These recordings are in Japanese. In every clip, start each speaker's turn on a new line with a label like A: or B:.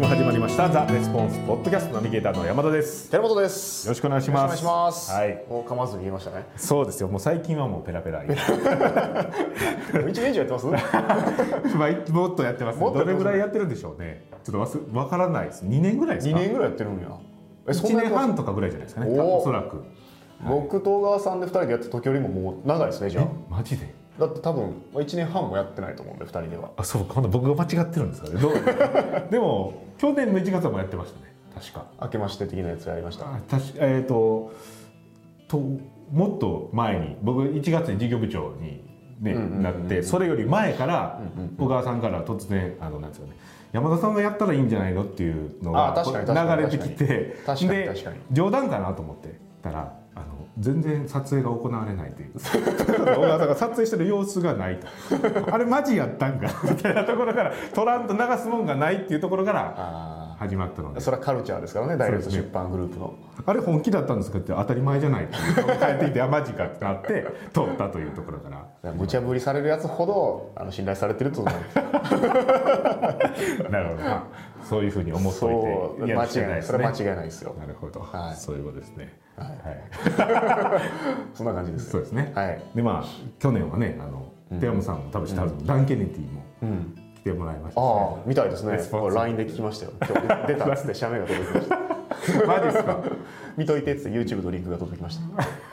A: 下ザレスポンスポッドキャストナビゲーターの山田です。
B: 寺本です
A: よろしくお願いします
B: よろくお願いします
A: はい
B: もう噛まずに言いましたね
A: そうですよ。もう最近はもうペラペ ラ。
B: もう一年以上やっ てます
A: まあもっとやってますね。
B: もっと
A: ど
B: やってますね
A: れぐらいやってるんでしょうね。ちょっとわわからないです。2年ぐらいです
B: 二
A: か。
B: 年ぐらいやってるんやえ
A: 1
B: や
A: 年
B: ってます
A: 半とかぐらいじゃないですかね。
B: おー
A: おそらく。
B: 僕東川さんで二人でやった時よりももう長いですねじゃ
A: えマジで。
B: あだって多分まあ一年半もやってないと思うんで二人では
A: あそうか。今度僕が間違ってるんですかね。 どうでも去年の1月はもうやってましたね。確か。
B: 明けまして的なやつやりました
A: あ確かえっ、とともっと前に僕1月に事業部長に、ね
B: うんうんうんうん
A: なってそれより前から
B: うんうんうん
A: 小川さんから突然あのなんですかね山田さんがやったらいいんじゃないのっていうのが
B: あ確かに確かに
A: 流れてきて
B: 確かに
A: で
B: 確かに
A: 冗談かなと思ってたらあの全然撮影が行われない という小川さんが撮影してる様子がないとあれマジやったんかみたいなところから撮らんと流すもんがないっていうところから
B: あ
A: 始まったので
B: あそれはカルチャーですからねダイレクト
A: そうですね
B: 出版グループの
A: あれ本気だったんですかって当たり前じゃないって帰ってきてあマジかってなって通ったというところから
B: だから無茶ぶりされるやつほどあの信頼されてると思う
A: なるほどなそういうふうに思っ
B: そ
A: というて
B: 間違い
A: やるしか
B: ない
A: で
B: そ
A: す
B: れ
A: ね
B: は間違いないですよ
A: なるほど、
B: はい
A: そういうことですね
B: はい
A: はい
B: そんな感じです
A: そうですね
B: はい
A: でまあ去年はねあの
B: うん
A: 手山さんも旅してはるダンケネティも
B: うん
A: 来てもらいましたし
B: ああみたいですね
A: レスポンス
B: LINE で聞きましたよ今日出たっつって写メが届きました
A: ねマジですか
B: 見といてっつって YouTube のリンクが届きまし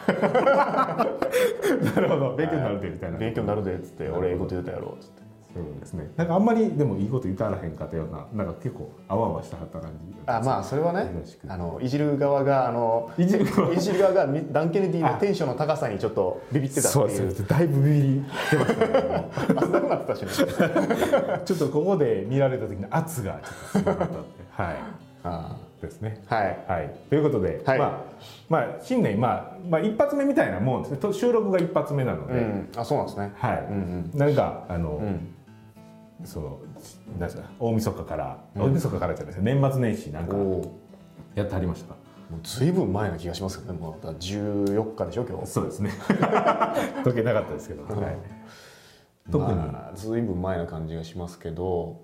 B: た
A: なるほど勉強になるでみたいな
B: 勉強になるでっつって俺英語と言うたやろうっつって
A: そうですねなんかあんまりでもいいこと言ったらへんかったようななんか結構あわあわしたはった感じ
B: あまあそれはね
A: よろしく
B: あのいじる側があ の
A: いじる側
B: いじる側がみダン・ケネディのテンションの高さにちょっとビビってたって
A: そう
B: い
A: そううだいぶビビり出ましたねもう
B: あそんなことなってたし ね
A: ちょっとここで見られた時の圧がちょっとすごかったんで、は
B: あ
A: い、ですね。
B: あはい
A: はい、ということで、
B: はい
A: まあ、まあ、新年、まあ、まあ、一発目みたいなもんですね、と収録が一発目なので、
B: うんあそうなんですね
A: は
B: う
A: い、
B: ん
A: なんか、あの、
B: うんうん
A: その、なんですか、大晦日から、大晦日からじゃないですか、年末年始なんか
B: お、お
A: やってはりましたか。
B: もうずいぶん前な気がしますけどねもうだから14日でしょ今日
A: そうですね。 時計なかったですけど、はい、特に、
B: まあ、ずいぶん前な感じがしますけど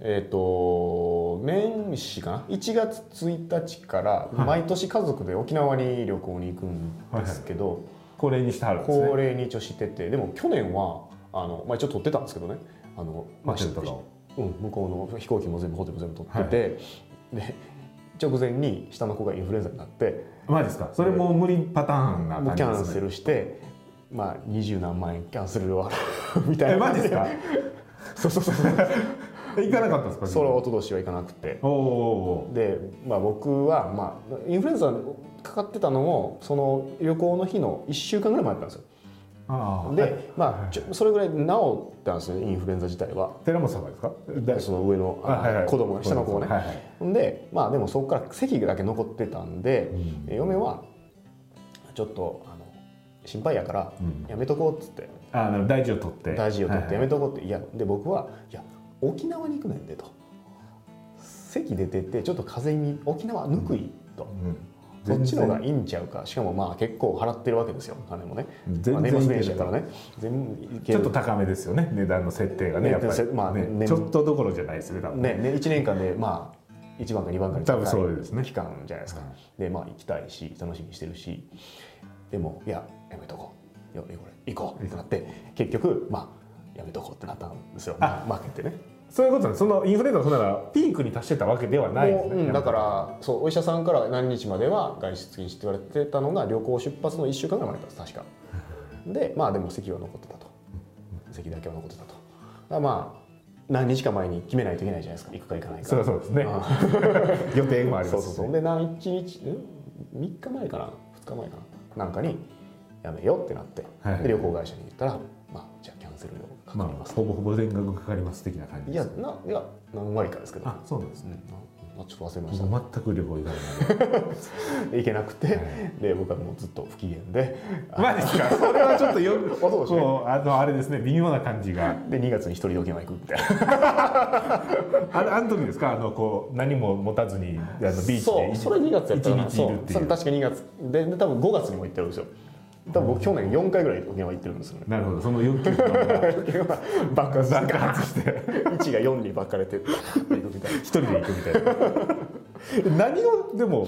B: えっ、と年始かな1月1日から毎年家族で沖縄に旅行に行くんですけど、
A: 恒例にしてはるんですね。
B: 恒例に一応しててでも去年はあの、まあ、一応撮ってたんですけどねあの、まあ、
A: ホテルとかを
B: うん、向こうの飛行機も全部ホテルも全部撮ってて、で直前に下の子がインフルエンザになって
A: まあですか、それも無理パターンな
B: もうキャ
A: 感
B: ン
A: じです
B: セ
A: ね。
B: ルして、まあ、二十何万円キャンセル料払うみた
A: え、
B: いな
A: マジですか。
B: そうそうそうそう
A: え行かなかったんですか。
B: それは一昨年は行かなくて
A: おーおーおー
B: で、まあ、僕は、まあ、インフルエンザかかってたのもその旅行の日の1週間ぐらい前だったんですよ
A: ああえ
B: で、まあ、ちょそれぐらい治ったんですよねインフルエンザ自体は
A: 寺本さんがですかだ
B: その上のあの子供が下の子がね、
A: はいはい
B: ほんでまあでもそこから席だけ残ってたんで、
A: うん
B: 嫁はちょっとあの心配やから
A: うん
B: やめとこうっつって、
A: あの大事を取って
B: 大事を取ってや
A: はい
B: めとこうって、いやで僕はいや沖縄に行くねんでと席出てってちょっと風に沖縄ぬくいと、
A: はい
B: こっちの方
A: う
B: が
A: ん
B: いいんちゃうかしかもまあ結構払ってるわけですよ金もね
A: 全然
B: まあ年末年
A: いけ
B: 始
A: る
B: やからね全部いけ
A: ちょ
B: る
A: っと高めですよね値段の設定がね
B: ね
A: やっぱ
B: せ
A: り、
B: まあ
A: ね
B: ね
A: ちょっとどころじゃないですね多分
B: ねね1年間でまあ1番か2番かに
A: 多分そうですね
B: 期間じゃないですか、でまあ行きたいし楽しみにしてるしでもいややめとこうよよこれ行こうってなって結局まあやめとこうってなったんですよ
A: あ
B: 負けてね
A: そういうことなんですそのインフルエンザのそんならピークに達してたわけではないです
B: もう
A: ね
B: うんだからそうお医者さんから何日までは外出禁止って言われてたのが旅行出発の1週間ぐらい前だったん です確かでまあでも席は残ってたと席だけは残ってたとだからまあ何日か前に決めないといけないじゃないですか行くか行かないか
A: そりゃそうですね予定もあります
B: そう
A: し
B: そうそうで何一日ん3日前かな2日前かななんかにやめようってなって、
A: はい
B: で旅行会社に行ったら、まあ、じゃあキャンセル料か
A: ま
B: か
A: あ
B: ります、
A: ほぼほぼ全額かかります的な感じ
B: い
A: で
B: や
A: す
B: ないや何割かですけど、
A: あそうなんです
B: う
A: ね
B: んななちょっと忘れました、
A: もう全く旅行行かない
B: で行けなくて、
A: い
B: で僕はもうずっと不機嫌で
A: まあですかそれはちょっとよく
B: あそうですね
A: こうあのあれですね微妙な感じが
B: で2月に一人で沖縄行くみ たいな
A: あのあの時ですかあのこう何も持たずにあのビーチで
B: そうそれ2月やったかな
A: 一日いるっていう
B: そうそれ確か2月でで多分5月にも行ってるんですよ多分僕去年4回ぐらい沖縄行ってるんですよね
A: なるほどその欲求が
B: 爆発して
A: 爆発 して
B: 1が4に分かれてバーッと行くみたい
A: 一人で行くみたいな 何をでも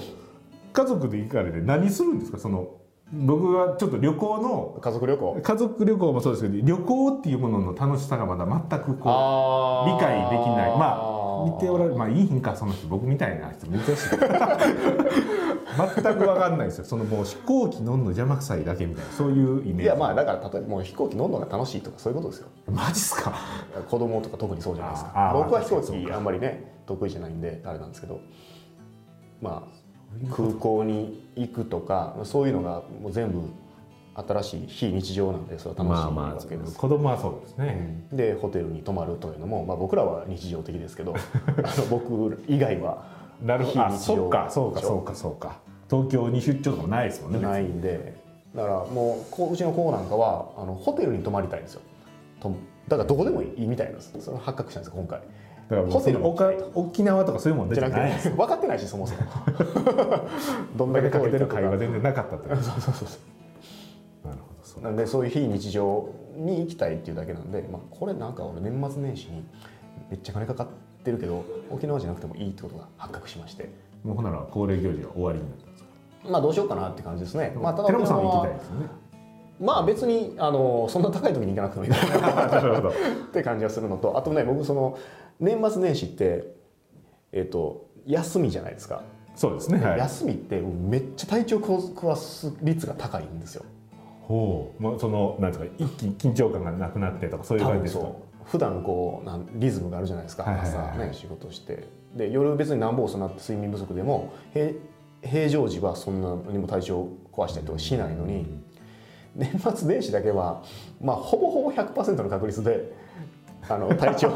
A: 家族で行かれて何するんですかその僕はちょっと旅行の
B: な家族旅行
A: 家族旅行もそうですけど旅行っていうものの楽しさがまだ全くこ
B: あ
A: う理解できないまあ見ておら
B: れ
A: れるまあいいんかその人僕みたいな人珍しい全く分かんないですよそのもう飛行機乗んの邪魔くさいだけみたいなそういうイメージ
B: いやまあだから例えばもう飛行機乗るのが楽しいとかそういうことですよ
A: マジっすか
B: 子供とか特にそうじゃないです
A: あ
B: か
A: ー
B: 僕は飛
A: 確か
B: 行
A: にそう
B: 機
A: か
B: あんまりね得意じゃないんであれなんですけどまあ空港に行くとかそういうのがもう全部新しい非日常なんでそれは楽しい
A: まあま
B: わけで
A: あ
B: す
A: 子供はそうですね、
B: でホテルに泊まるというのも、まあ、僕らは日常的です けどあの僕以外は
A: なるほどあ
B: 非日常
A: そうかそうかそうかそうか東京に出張とかもないですもんね別に
B: ないんでだからもうこううちの子なんかはあのホテルに泊まりたいんですよとだからどこでもいいみたいなんですそれ発覚したんですよ今回
A: だからもう
B: ホテル
A: そのおか沖縄とかそういうもん
B: じ
A: じ
B: ゃ
A: ゃ
B: な
A: ない
B: くて分かってないしそも そもどん
A: こん
B: だ
A: だけ
B: け
A: かけ
B: 遠いか
A: て
B: と
A: る
B: か
A: 会話全然なかったってこと
B: そうそうそうそ
A: なるほどそう
B: うなんでそういう非日常に行きたいっていうだけなんで、まあ、これなんか俺年末年始にめっちゃ金かかってるけど沖縄じゃなくてもいいってことが発覚しまして
A: もうほんなら恒例行事が終わりになったんですか
B: まあどうしようかなって感じですね。まあ、ただ
A: 寺本さんは行
B: 沖
A: き
B: 縄
A: たい
B: は
A: ですよね
B: まあ別にあのそんな高い時に行かなくてもいいかな
A: なるほど
B: って感じがするのとあとね僕その年末年始ってえっ、と休みじゃないですか、
A: そうですねはい
B: 休みってめっちゃ体調壊す率が高いんですよ
A: ほうもうそのなんですか一気に緊張感がなくなってとかそういう
B: 多
A: 感じ
B: 分
A: ですか
B: そう普段こうなんリズムがあるじゃないですか、
A: はいはいはいはい
B: 朝ね仕事してで夜別に何ぼ遅なって睡眠不足でも平平常時はそんなにも体調壊したりとかしないのに、年末年始だけは、まあ、ほぼほぼ100%の確率であの体調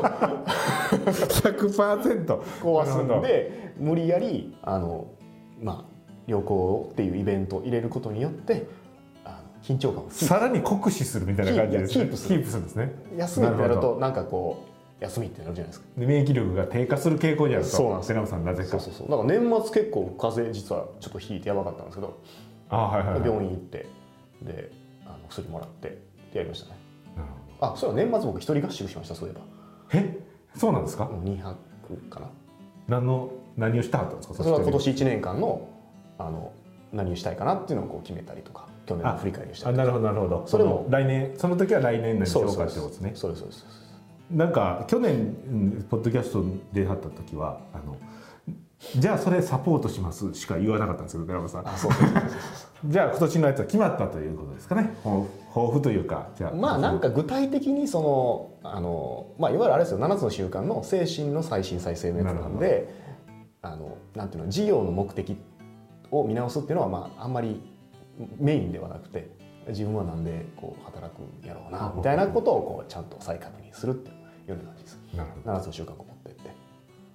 A: 100%
B: 壊す
A: なる
B: ん
A: ほ
B: で無理やりあの、まあ、旅行っていうイベントを入れることによってあの緊張感を
A: どさらに酷使するみたいな感じですね
B: キープキー
A: キープするんですね
B: 休みってな
A: な
B: る
A: るほ
B: となんかこう休みってなるじゃないですか。
A: で免疫力が低下する傾向にあると
B: そうなんです
A: 寺本さんなぜ
B: そ
A: か
B: うそうそうだから年末結構風邪実はちょっとひいてやばかったんですけど、
A: あはいはいはいなる
B: 病院行ってであの薬もらってってやりましたね
A: ほど
B: あそういえば年末僕一人合宿しましたそういえば
A: えそうなんですか
B: もう2泊かな
A: 何の何をしたかったんですか
B: それは今年1年間のあの何をしたいかなっていうのをこう決めたりとか去年の振り返りをした
A: あ
B: り
A: なるほどなるほど
B: それも
A: の来年その時は来年何しようか
B: そう
A: って
B: そ
A: こと
B: う
A: ですね
B: そうですそうですそうです
A: なんか去年うんポッドキャストで会った時はあのじゃあそれサポートしますしか言わなかったんですけど寺本さん
B: あそうそうそうそう
A: じゃあ今年のやつは決まったということですかね抱抱負というかじゃあ
B: まあなんか具体的にそのあの、まあ、いわゆるあれですよ7つの習慣の精神の再審再生のやつなんであのなんていうの事業の目的を見直すっていうのは、まあ、あんまりメインではなくて自分はなんでこう働くんやろうなみたいなことをこうちゃんと再確認するっていうような感じです
A: なるほど
B: 7つの習慣を持ってって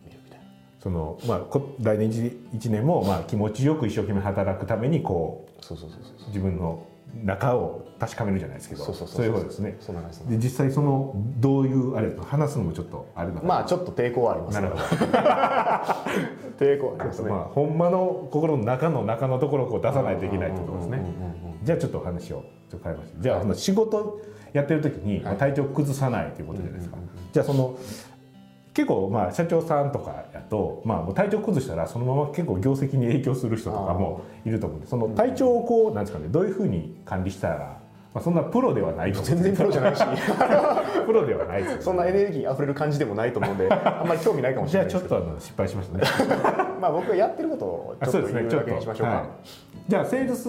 B: 見るみたいな
A: そのまあこ来年一一年もまあ気持ちよく一生懸命働くためにこ
B: そうそうそうそう
A: う自分の中を確かめるじゃないですけど
B: そうそう
A: そういうことですね
B: そんな感じです
A: で実際そのどういうあれ話すのもちょっとあれだから
B: まあちょっと抵抗はあります
A: な
B: け
A: る
B: ど
A: ほど
B: 抵抗はありますね
A: まあ、ほんまの心の中の中のところをこう出さないといけないってことですね
B: うんうんうんうんうん
A: じゃあちょっとお話をちょっと変えましたじゃあその仕事やってる時にまあ体調崩さないということじゃないですか、じゃあその結構まあ社長さんとかやと、まあ、もう体調崩したらそのまま結構業績に影響する人とかもいると思うんでその体調をこうなんですかねどういうふうに管理したら、まあ、そんなプロではないと思う
B: 全然プロじゃないし
A: プロではないですよね
B: そんなエネルギー溢れる感じでもないと思 うんで、あんまり興味ないかもし
A: じ
B: れ
A: ゃ
B: な
A: あ
B: い
A: ちょ
B: です
A: っ
B: けど。
A: とあの失敗しましたね
B: まあ僕がやってることを
A: あ
B: ちょ
A: そ
B: っ
A: うで
B: と
A: すね
B: 言う
A: ちょ
B: だ
A: っ
B: け
A: と
B: にしましょう
A: は
B: か。
A: い、じゃあセールス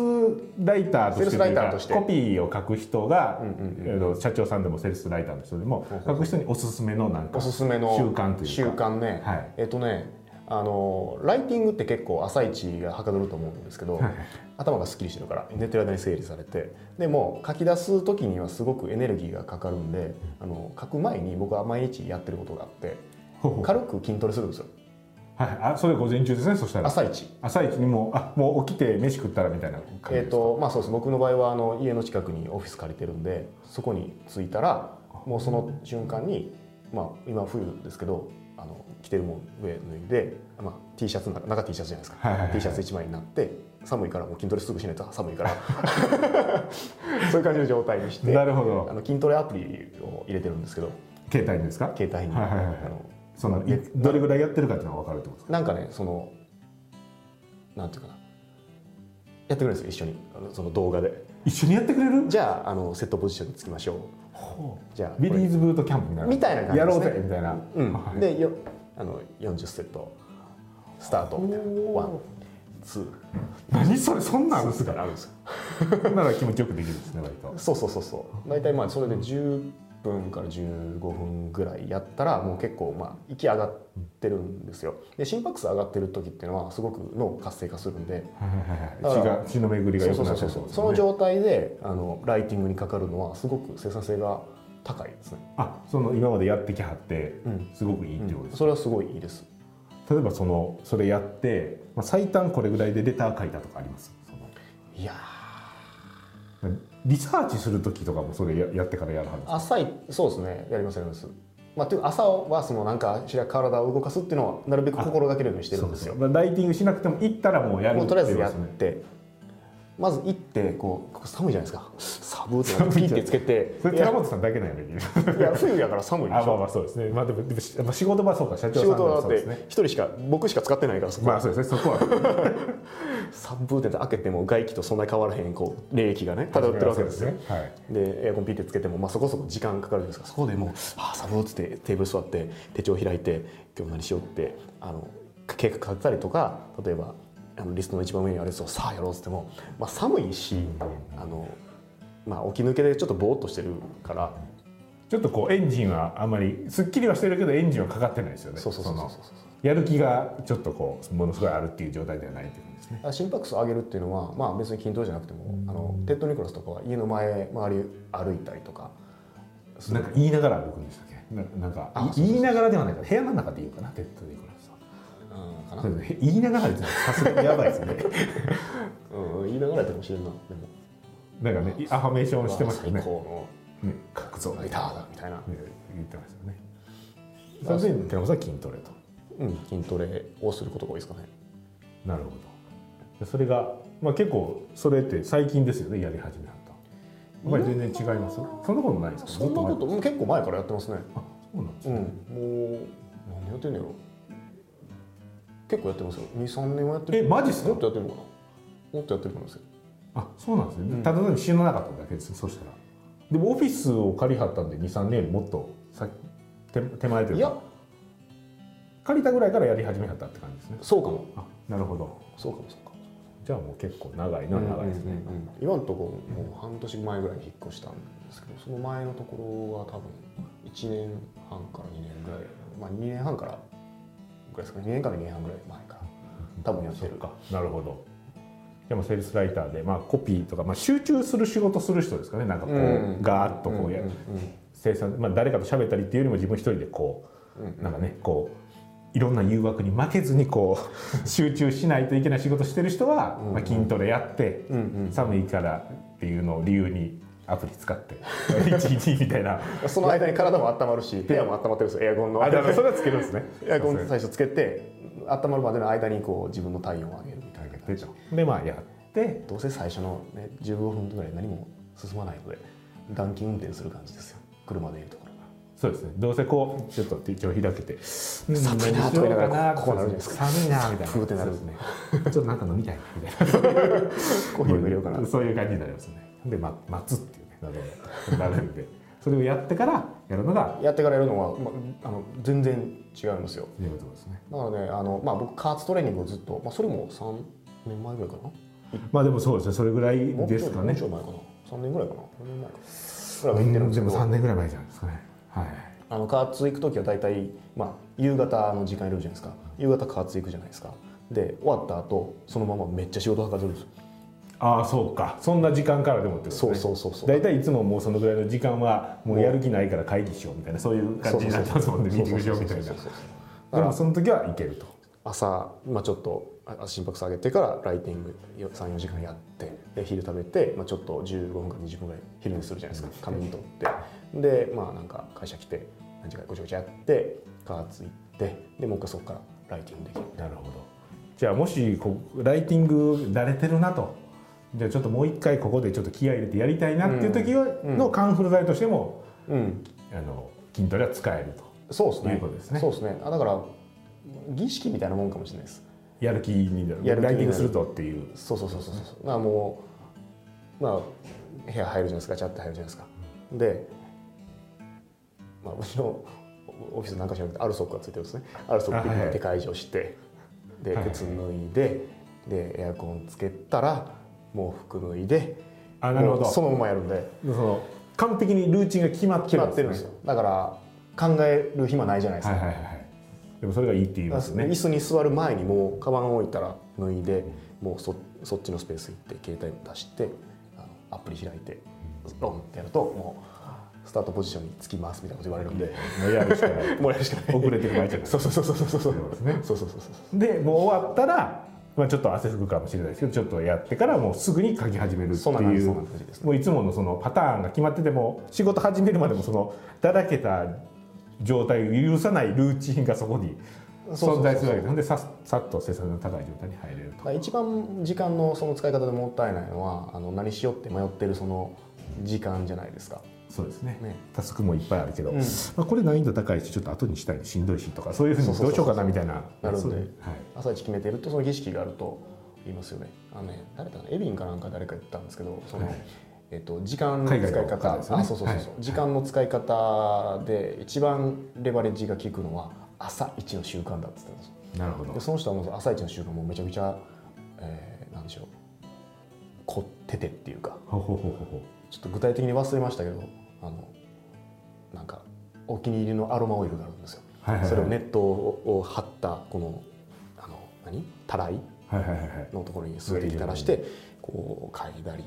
A: ライターとして
B: セールスライターとして
A: というかコピーを書く人が、
B: うんうん
A: えーと社長さんでもセールスライターの人でも
B: ほうほ
A: 書
B: う
A: く人におすすめのなんか
B: おすすめの
A: 習慣というか
B: 習慣ね。
A: はい
B: えっとね、あのライティングって結構朝一がはかどると思うんですけど、頭がすっきりしてるから寝てる間に整理されて、でも書き出す時にはすごくエネルギーがかかるんで、あの書く前に僕は毎日やってることがあって、
A: ほうほう
B: 軽く筋トレするんですよ。
A: はい、あそれ午前中ですねそしたら
B: 朝一。
A: 朝一にもうあもう起きて飯食ったらみたいな感じ
B: え
A: で
B: ーとまあ、そうです僕の場合はあの家の近くにオフィス借りてるんでそこに着いたらもうその瞬間に、まあ、今冬ですけどあの着てるもん上脱いで、まあ、T シャツな中 T シャツじゃないです
A: は
B: か、
A: いはいはい
B: T シャツ1枚になって寒いからもう筋トレすぐしないと寒いから そういう感じの状態にして
A: なるほ
B: あ
A: ど
B: の筋トレアプリを入れてるんですけど
A: 携帯にですか
B: 携帯に、
A: はいはいはい
B: あの
A: そのい
B: ね
A: どれぐらいやってるかっていうのが分かるってことですか
B: なんかねそのなんていうかなやってくれるんですよ一緒にあのその動画で
A: 一緒にやってくれる
B: じゃああのセットポジションにつきましょうじゃあ
A: ビリー
B: ズ
A: ズブートキャンプみたいな
B: みたいな感じ
A: や
B: です
A: ろ
B: ね
A: うぜみたいな、
B: うんでよあの40セットスタートみたいなワンツー
A: 何それそんなんあるんで
B: ツ
A: す
B: ーか
A: から
B: あるんですよ
A: なら気持ちよくできるんですね割と
B: そうそうそうそう大体まあそれで10分から15分ぐらいやったらもう結構まあ息上がってるんですよで心拍数上がってる時っていうのはすごく脳活性化するんで
A: はいはい
B: だ
A: はい
B: か
A: はい血
B: ら
A: が血の巡りが
B: そう
A: 良くな
B: そう
A: って
B: そ
A: る
B: う
A: って
B: そ
A: ことで
B: うその
A: すね
B: 状態であのライティングにかかるのはすごく生産性が高いですね、
A: あその今までやってきはって
B: うん
A: すごくいいってことです、
B: それはすごいいいです
A: 例えばそのそれやって、まあ、最短これぐらいでレター書いたとかありますそ
B: いや
A: のリサーチする時とかもそれややってからやるはず
B: ー朝いそうですねやりますやりますまあ、というか朝はそのなんかしら体を動かすっていうのはなるべく心がけるようにしてるんですよ
A: そうそうライティングしなくても行ったらもうやる
B: もうとりあえずやっ
A: っていうこと
B: て、まず行ってこうここ寒いじゃないですか寒いってなってピッてつけて
A: ですねそれ
B: い
A: 寺
B: や
A: 本さんだけなんやね
B: いや冬やから寒い で
A: あ
B: し
A: まあま
B: ょ
A: あそうですねまあでもでもしまあ仕事場そうか社長
B: 仕
A: さんで
B: 事
A: も
B: はだ
A: そ
B: っ
A: うで
B: て
A: すね
B: 一人しか僕しか使ってないからそこ、
A: まあそうですねそこは
B: 寒いって開けても外気とそんなに変わらへんこう冷気がね漂ってるわけですよ
A: そうはい
B: でエアコンピッてつけても、まあ、そこそこ時間かかるんですがそこでもう「ああ寒い」っつってテーブル座って手帳開いて今日何しようってあの計画立てたりとか例えばあのリストの一番上にあるやつを「さあやろう」っつっても、まあ、寒いしあの、まあ、起き抜けでちょっとぼーっとしてるから
A: ちょっとこうエンジンはあんまりすっきりはしてるけどエンジンはかかってないですよね
B: そうそうそうそうそ
A: の
B: う
A: やる気がちょっとこうものすごいあるっていう状態ではないって感じですね
B: あ心拍数上げるっていうのは、まあ、別に筋トレじゃなくてもあのテッド・ニコラスとかは家の前周り歩いたりとか
A: なんか言いながら歩くんでしたっけななんかい言いながらではないから部屋の中で言うかなテッドでいくらさ
B: うんかな、
A: そうですね言いながらですねさすがにやばいですね
B: うん、言いながらやったかもしれんなでも
A: なんかねアファメーションしてましたよ
B: 最
A: ね
B: 高
A: ね角像
B: のライターだみたいな
A: ね言ってましたよねそれで寺本さんは筋トレと
B: うん、筋トレをすることが多いですかね。
A: なるほどそれがまあ結構それって最近ですよねやり始めはったやっぱり全然違いますそんなことないですか
B: そんな
A: もっ
B: こ
A: 前
B: と、もう結構前からやってますね。
A: あそうなんです
B: うん、
A: ね、
B: もう、何やってんのやろ結構やってますよ。二三年はやってる。
A: えマジっすか
B: もっとやってるのかな。もっとやってると思いますよ。
A: あそうなんですね、
B: うん
A: ただ単に知らなかっただけですそしたらでもオフィスを借りはったんで23年よりもっと先手手前という
B: い
A: か
B: や、
A: 借りたぐらいからやり始めはったって感じですね
B: そうかも。
A: あなるほど
B: そうかも、そうかも。
A: じゃあもう結構長いのは長いですね、
B: うんうんうん今のところ、もう半年前ぐらいに引っ越したんですけど、その前のところは多分。一年半から二年ぐらい、まあ、二年半から。ぐらいですかね。二年から二年半ぐらい前から。多分やって
A: そっ
B: る。
A: かなるほどでもセールスライターで、まあ、コピーとか、まあ、集中する仕事する人ですかねなんかこう、
B: うん
A: ガーッとこうや、
B: んんん
A: 生産、まあ、誰かと喋ったりっていうよりも自分一人でこうなんかねこういろんな誘惑に負けずにこ う集中しないといけない仕事してる人は、まあ、筋トレやって、
B: うんうん
A: 寒いからっていうのを理由にアプリ使 って12みたいな
B: その間に体も温まるし部屋も温まってるんですよエアコンの
A: あだからそれはつけるんですね。
B: エアコン最初つけて温まるまでの間にこう自分の体温を上げるみたいな感じ
A: でまあやって
B: どうせ最初の、ね、15分ぐらい何も進まないので暖気運転する感じですよ車でいうところ
A: そうですね。どうせこうちょっと手帳開けて、寒
B: いなとか言いながらこうなるじゃないです
A: か。寒いなみたいな。
B: ふーってな
A: そ
B: る
A: うですね。ちょっとなんか飲みたいみたい
B: コーヒーも入れようかな
A: な。そういう感じになりますね。でま待つっていうねなるほどなるんで、 それをやってからやるのが
B: やってからやるのは、まあの全然違いますよ
A: ということですね。
B: だからねあの、まあ、僕加圧トレーニングをずっと、まあ、それも3年前ぐらいかな
A: まあでもそうですね。それぐらい
B: もうちょい
A: ですかね
B: もうち。ょい前かな3年ぐらいかな4年前かぐらいは
A: う
B: 行ってるん
A: ん
B: で
A: で
B: すけ
A: も
B: ど
A: 三年ぐらい前じゃないですかね。はい。
B: あの加圧行く時は大体、まあ、夕方の時間いるじゃないですか夕方加圧行くじゃないですかで終わった後そのままめっちゃ仕事はかどるんですよ
A: ああそうか。そんな時間からでもってことです
B: そ
A: ね
B: う。そうそうそう
A: 大体いつももうそのぐらいの時間はもうやる気ないから会議しようみたいなそういう感じになってますもんねミーティングしようみたいな
B: そうそうそうそう
A: でもその時はいけると
B: 朝、まあ、ちょっとあ心拍数上げてからライティング34時間やってで昼食べて、まあ、ちょっと15分から20分ぐらい昼にするじゃないですか仮眠取ってでまあなんか会社来て何時かごちゃごちゃやって加圧行ってでもう一回そこからライティングできる
A: なるほどじゃあもしこうライティング慣れてるなとじゃあちょっともう一回ここでちょっと気合い入れてやりたいなっていう時は
B: うん
A: のカンフル剤としても、
B: うん、
A: あの筋トレは使えると
B: そうですね
A: いうことですね
B: そうですねあだから儀式みたいなもんかもしれないです
A: やる気になる
B: やる気になる
A: ライティングするとっていう
B: そうそうそうそうそうだからもうまあ部屋入るじゃないですかチャッて入るじゃないですかで、まあ、うちのオフィスなんかしなくてアルソックがついてるんですねアルソック
A: あはい
B: で手解除してで
A: はい
B: 靴脱いででエアコンつけたらもう服脱いで
A: あなるほ
B: も
A: ど
B: うそのままやるんで
A: その完璧にルーチンが決まって
B: 決
A: る
B: まってるんですよだから考える暇ないじゃないです
A: はい
B: か、
A: はいはいはいでもそれがいいって言いますね
B: 椅子に座る前にもうカバン置いたら脱いでもうそそっちのスペース行って携帯出してあのアプリ開いてロンってやるともうスタートポジションにつきますみたいなこと言われるんで
A: もうやるしか ない
B: もうやるしかない
A: 遅れてる場合じゃない
B: そうそうそうそうそうそうそう
A: そうですね
B: そうそうそう
A: でもう終わったら、まあ、ちょっと汗拭くかもしれないですけどちょっとやってからもうすぐに書き始めるって
B: そんな感
A: い
B: じ
A: う
B: そんな感じです
A: もういつものそのパターンが決まってても仕事始めるまでもそのだらけた状態を許さないルーチンがそこに
B: そうそうそう
A: 存在するわけですほんでささっと生産の高い状態に入れる
B: だから一番時間のその使い方でもったいないのはあの何しようって迷ってるその時間じゃないですか、
A: とそうですね
B: ね、
A: タスクもいっぱいあるけど、
B: うん
A: まあ、これ難易度高いしちょっと後にしたいしんどいしとかそういうふう
B: そう
A: に
B: そう
A: ど
B: そうう
A: しようかなみたいな
B: なるんで
A: そうはい、
B: 朝一決めてるとその儀式があると言いますよねあのね誰だかなエビンかなんか誰か言ったんですけどその、
A: はい
B: えっと、時間の使
A: 海
B: い
A: 外の
B: 方
A: 方ですよね
B: あそうそうそうそう、
A: はい
B: 時間の使い方で一番レバレッジが効くのは朝一の習慣だって言ってたんですよ
A: なるほ
B: で
A: ど
B: その人はもう朝一の習慣もめちゃくちゃ、えーなんでしょう凝っててっていうか
A: ほうほうほうほうほ
B: ちょっと具体的に忘れましたけどあのなんかお気に入りのアロマオイルがあるんですよ、
A: うはいはいはい
B: それをネットをを貼ったこのあの何たらい
A: はいはいはいはい
B: のところに水滴垂らしてこう嗅いだり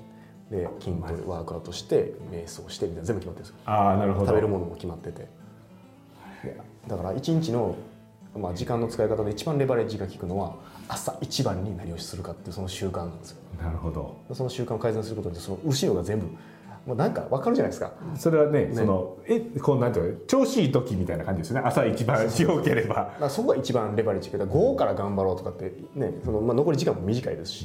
B: で筋トレワークアウトして瞑想してみたいな全部決まってるんですよ
A: ああなるほど
B: 食べるものも決まっててだから一日の、まあ、時間の使い方で一番レバレッジが効くのは朝一番に何をするかっていうその習慣なんですよ
A: なるほど
B: その習慣を改善することによってその後ろが全部もうなんか分かるじゃないですか
A: それはねそのえこうなんていうの調子いい時みたいな感じですよね朝一番強ければ、
B: だからそこが一番レバレッジが5から頑張ろうとかってねその、まあ、残り時間も短いですし、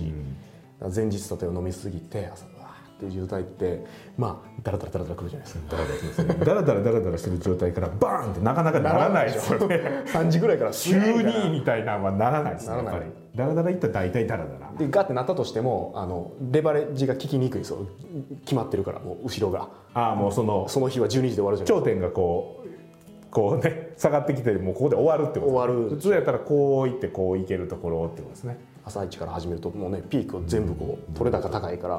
B: だから前日例えば飲みすぎて朝わーって渋滞ってまあダラダラダラダラ来るじゃないですか
A: だらだらですねだらだらだらだらしてる状態からバーンってなかなかならないですよね
B: 3時ぐらいから
A: 急
B: みたいな
A: にみたいなのはならないですねやっ
B: ならない
A: ぱりだらだらいったら大体だらだら
B: でガッてなったとしてもあのレバレッジが効きにくいですよ決まってるからもう後ろが
A: ああもうその
B: その日は12時で終わるじゃない
A: 頂点がこうこうね下がってきてもうここで終わるってこと
B: 終わる
A: 普通やったらこういってこういけるところってことですね
B: 朝一から始めるともうねピークを全部こう取れ高高いから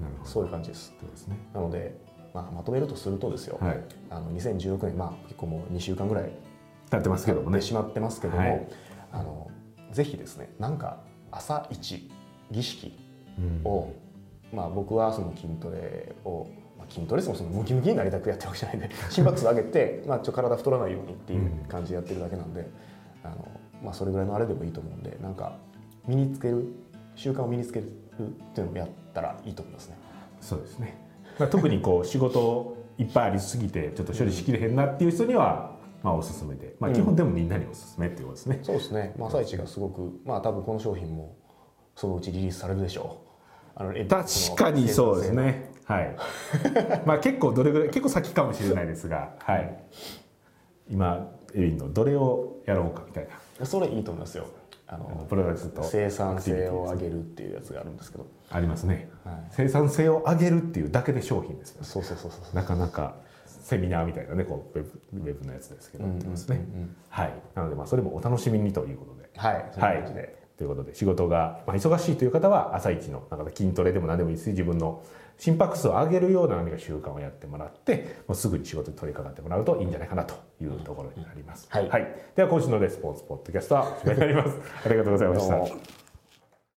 A: なるほ
B: そういう感じです
A: どですね
B: なので、まあ、まとめるとするとですよ、
A: はい
B: あの2016年、まあ、結構もう2週間ぐらい
A: なってますけども
B: 経っ
A: ね
B: てしまってますけども、
A: はい
B: あのぜひですねなんか朝一儀式を、まあ、僕はその筋トレを、まあ、筋トレですもんそのムキムキになりたくやってるわけじゃないんで心拍数上げ て、まあ、ちょっと体太らないようにっていう感じでやってるだけなんで、あのまあ、それぐらいのあれでもいいと思うんでなんか身につける習慣を身につけるっていうのをやったらいいと思いますね。
A: そうですね、まあ、特に こう仕事いっぱいありすぎてちょっと処理しきれへんなっていう人には、まあ、おすすめで、まあ、基本でもみんなにおすすめっていうことですね、
B: そうですね、まあ、朝一がすごく、まあ、多分この商品もそのうちリリースされるでしょう。あの
A: 確かにそうです。ねはい まあ結構どれぐらい結構先かもしれないですがはい今エビンのどれをやろうかみたいな
B: それいいと思いますよ。あ
A: あの
B: の
A: プロダクトと
B: 生産性を上げるっていうやつがあるんですけど。
A: ありますね、
B: はい
A: 生産性を上げるっていうだけで商品ですね
B: そうそうそうそう。
A: なかなかセミナーみたいなねこうウェブウェブのやつですけどやってますね、はいなのでまあそれもお楽しみにということで
B: はい。そんな
A: はい
B: 感じで。、
A: ということで仕事が、まあ、忙しいという方は朝一のなんか筋トレでも何でもいいですし自分の心拍数を上げるような何か習慣をやってもらってもうすぐに仕事に取り掛かってもらうといいんじゃないかなというところになります。
B: はい
A: では今週のレスポンスポッドキャストはおしまいになります。ありがとうございまし
B: どう
A: た
B: も。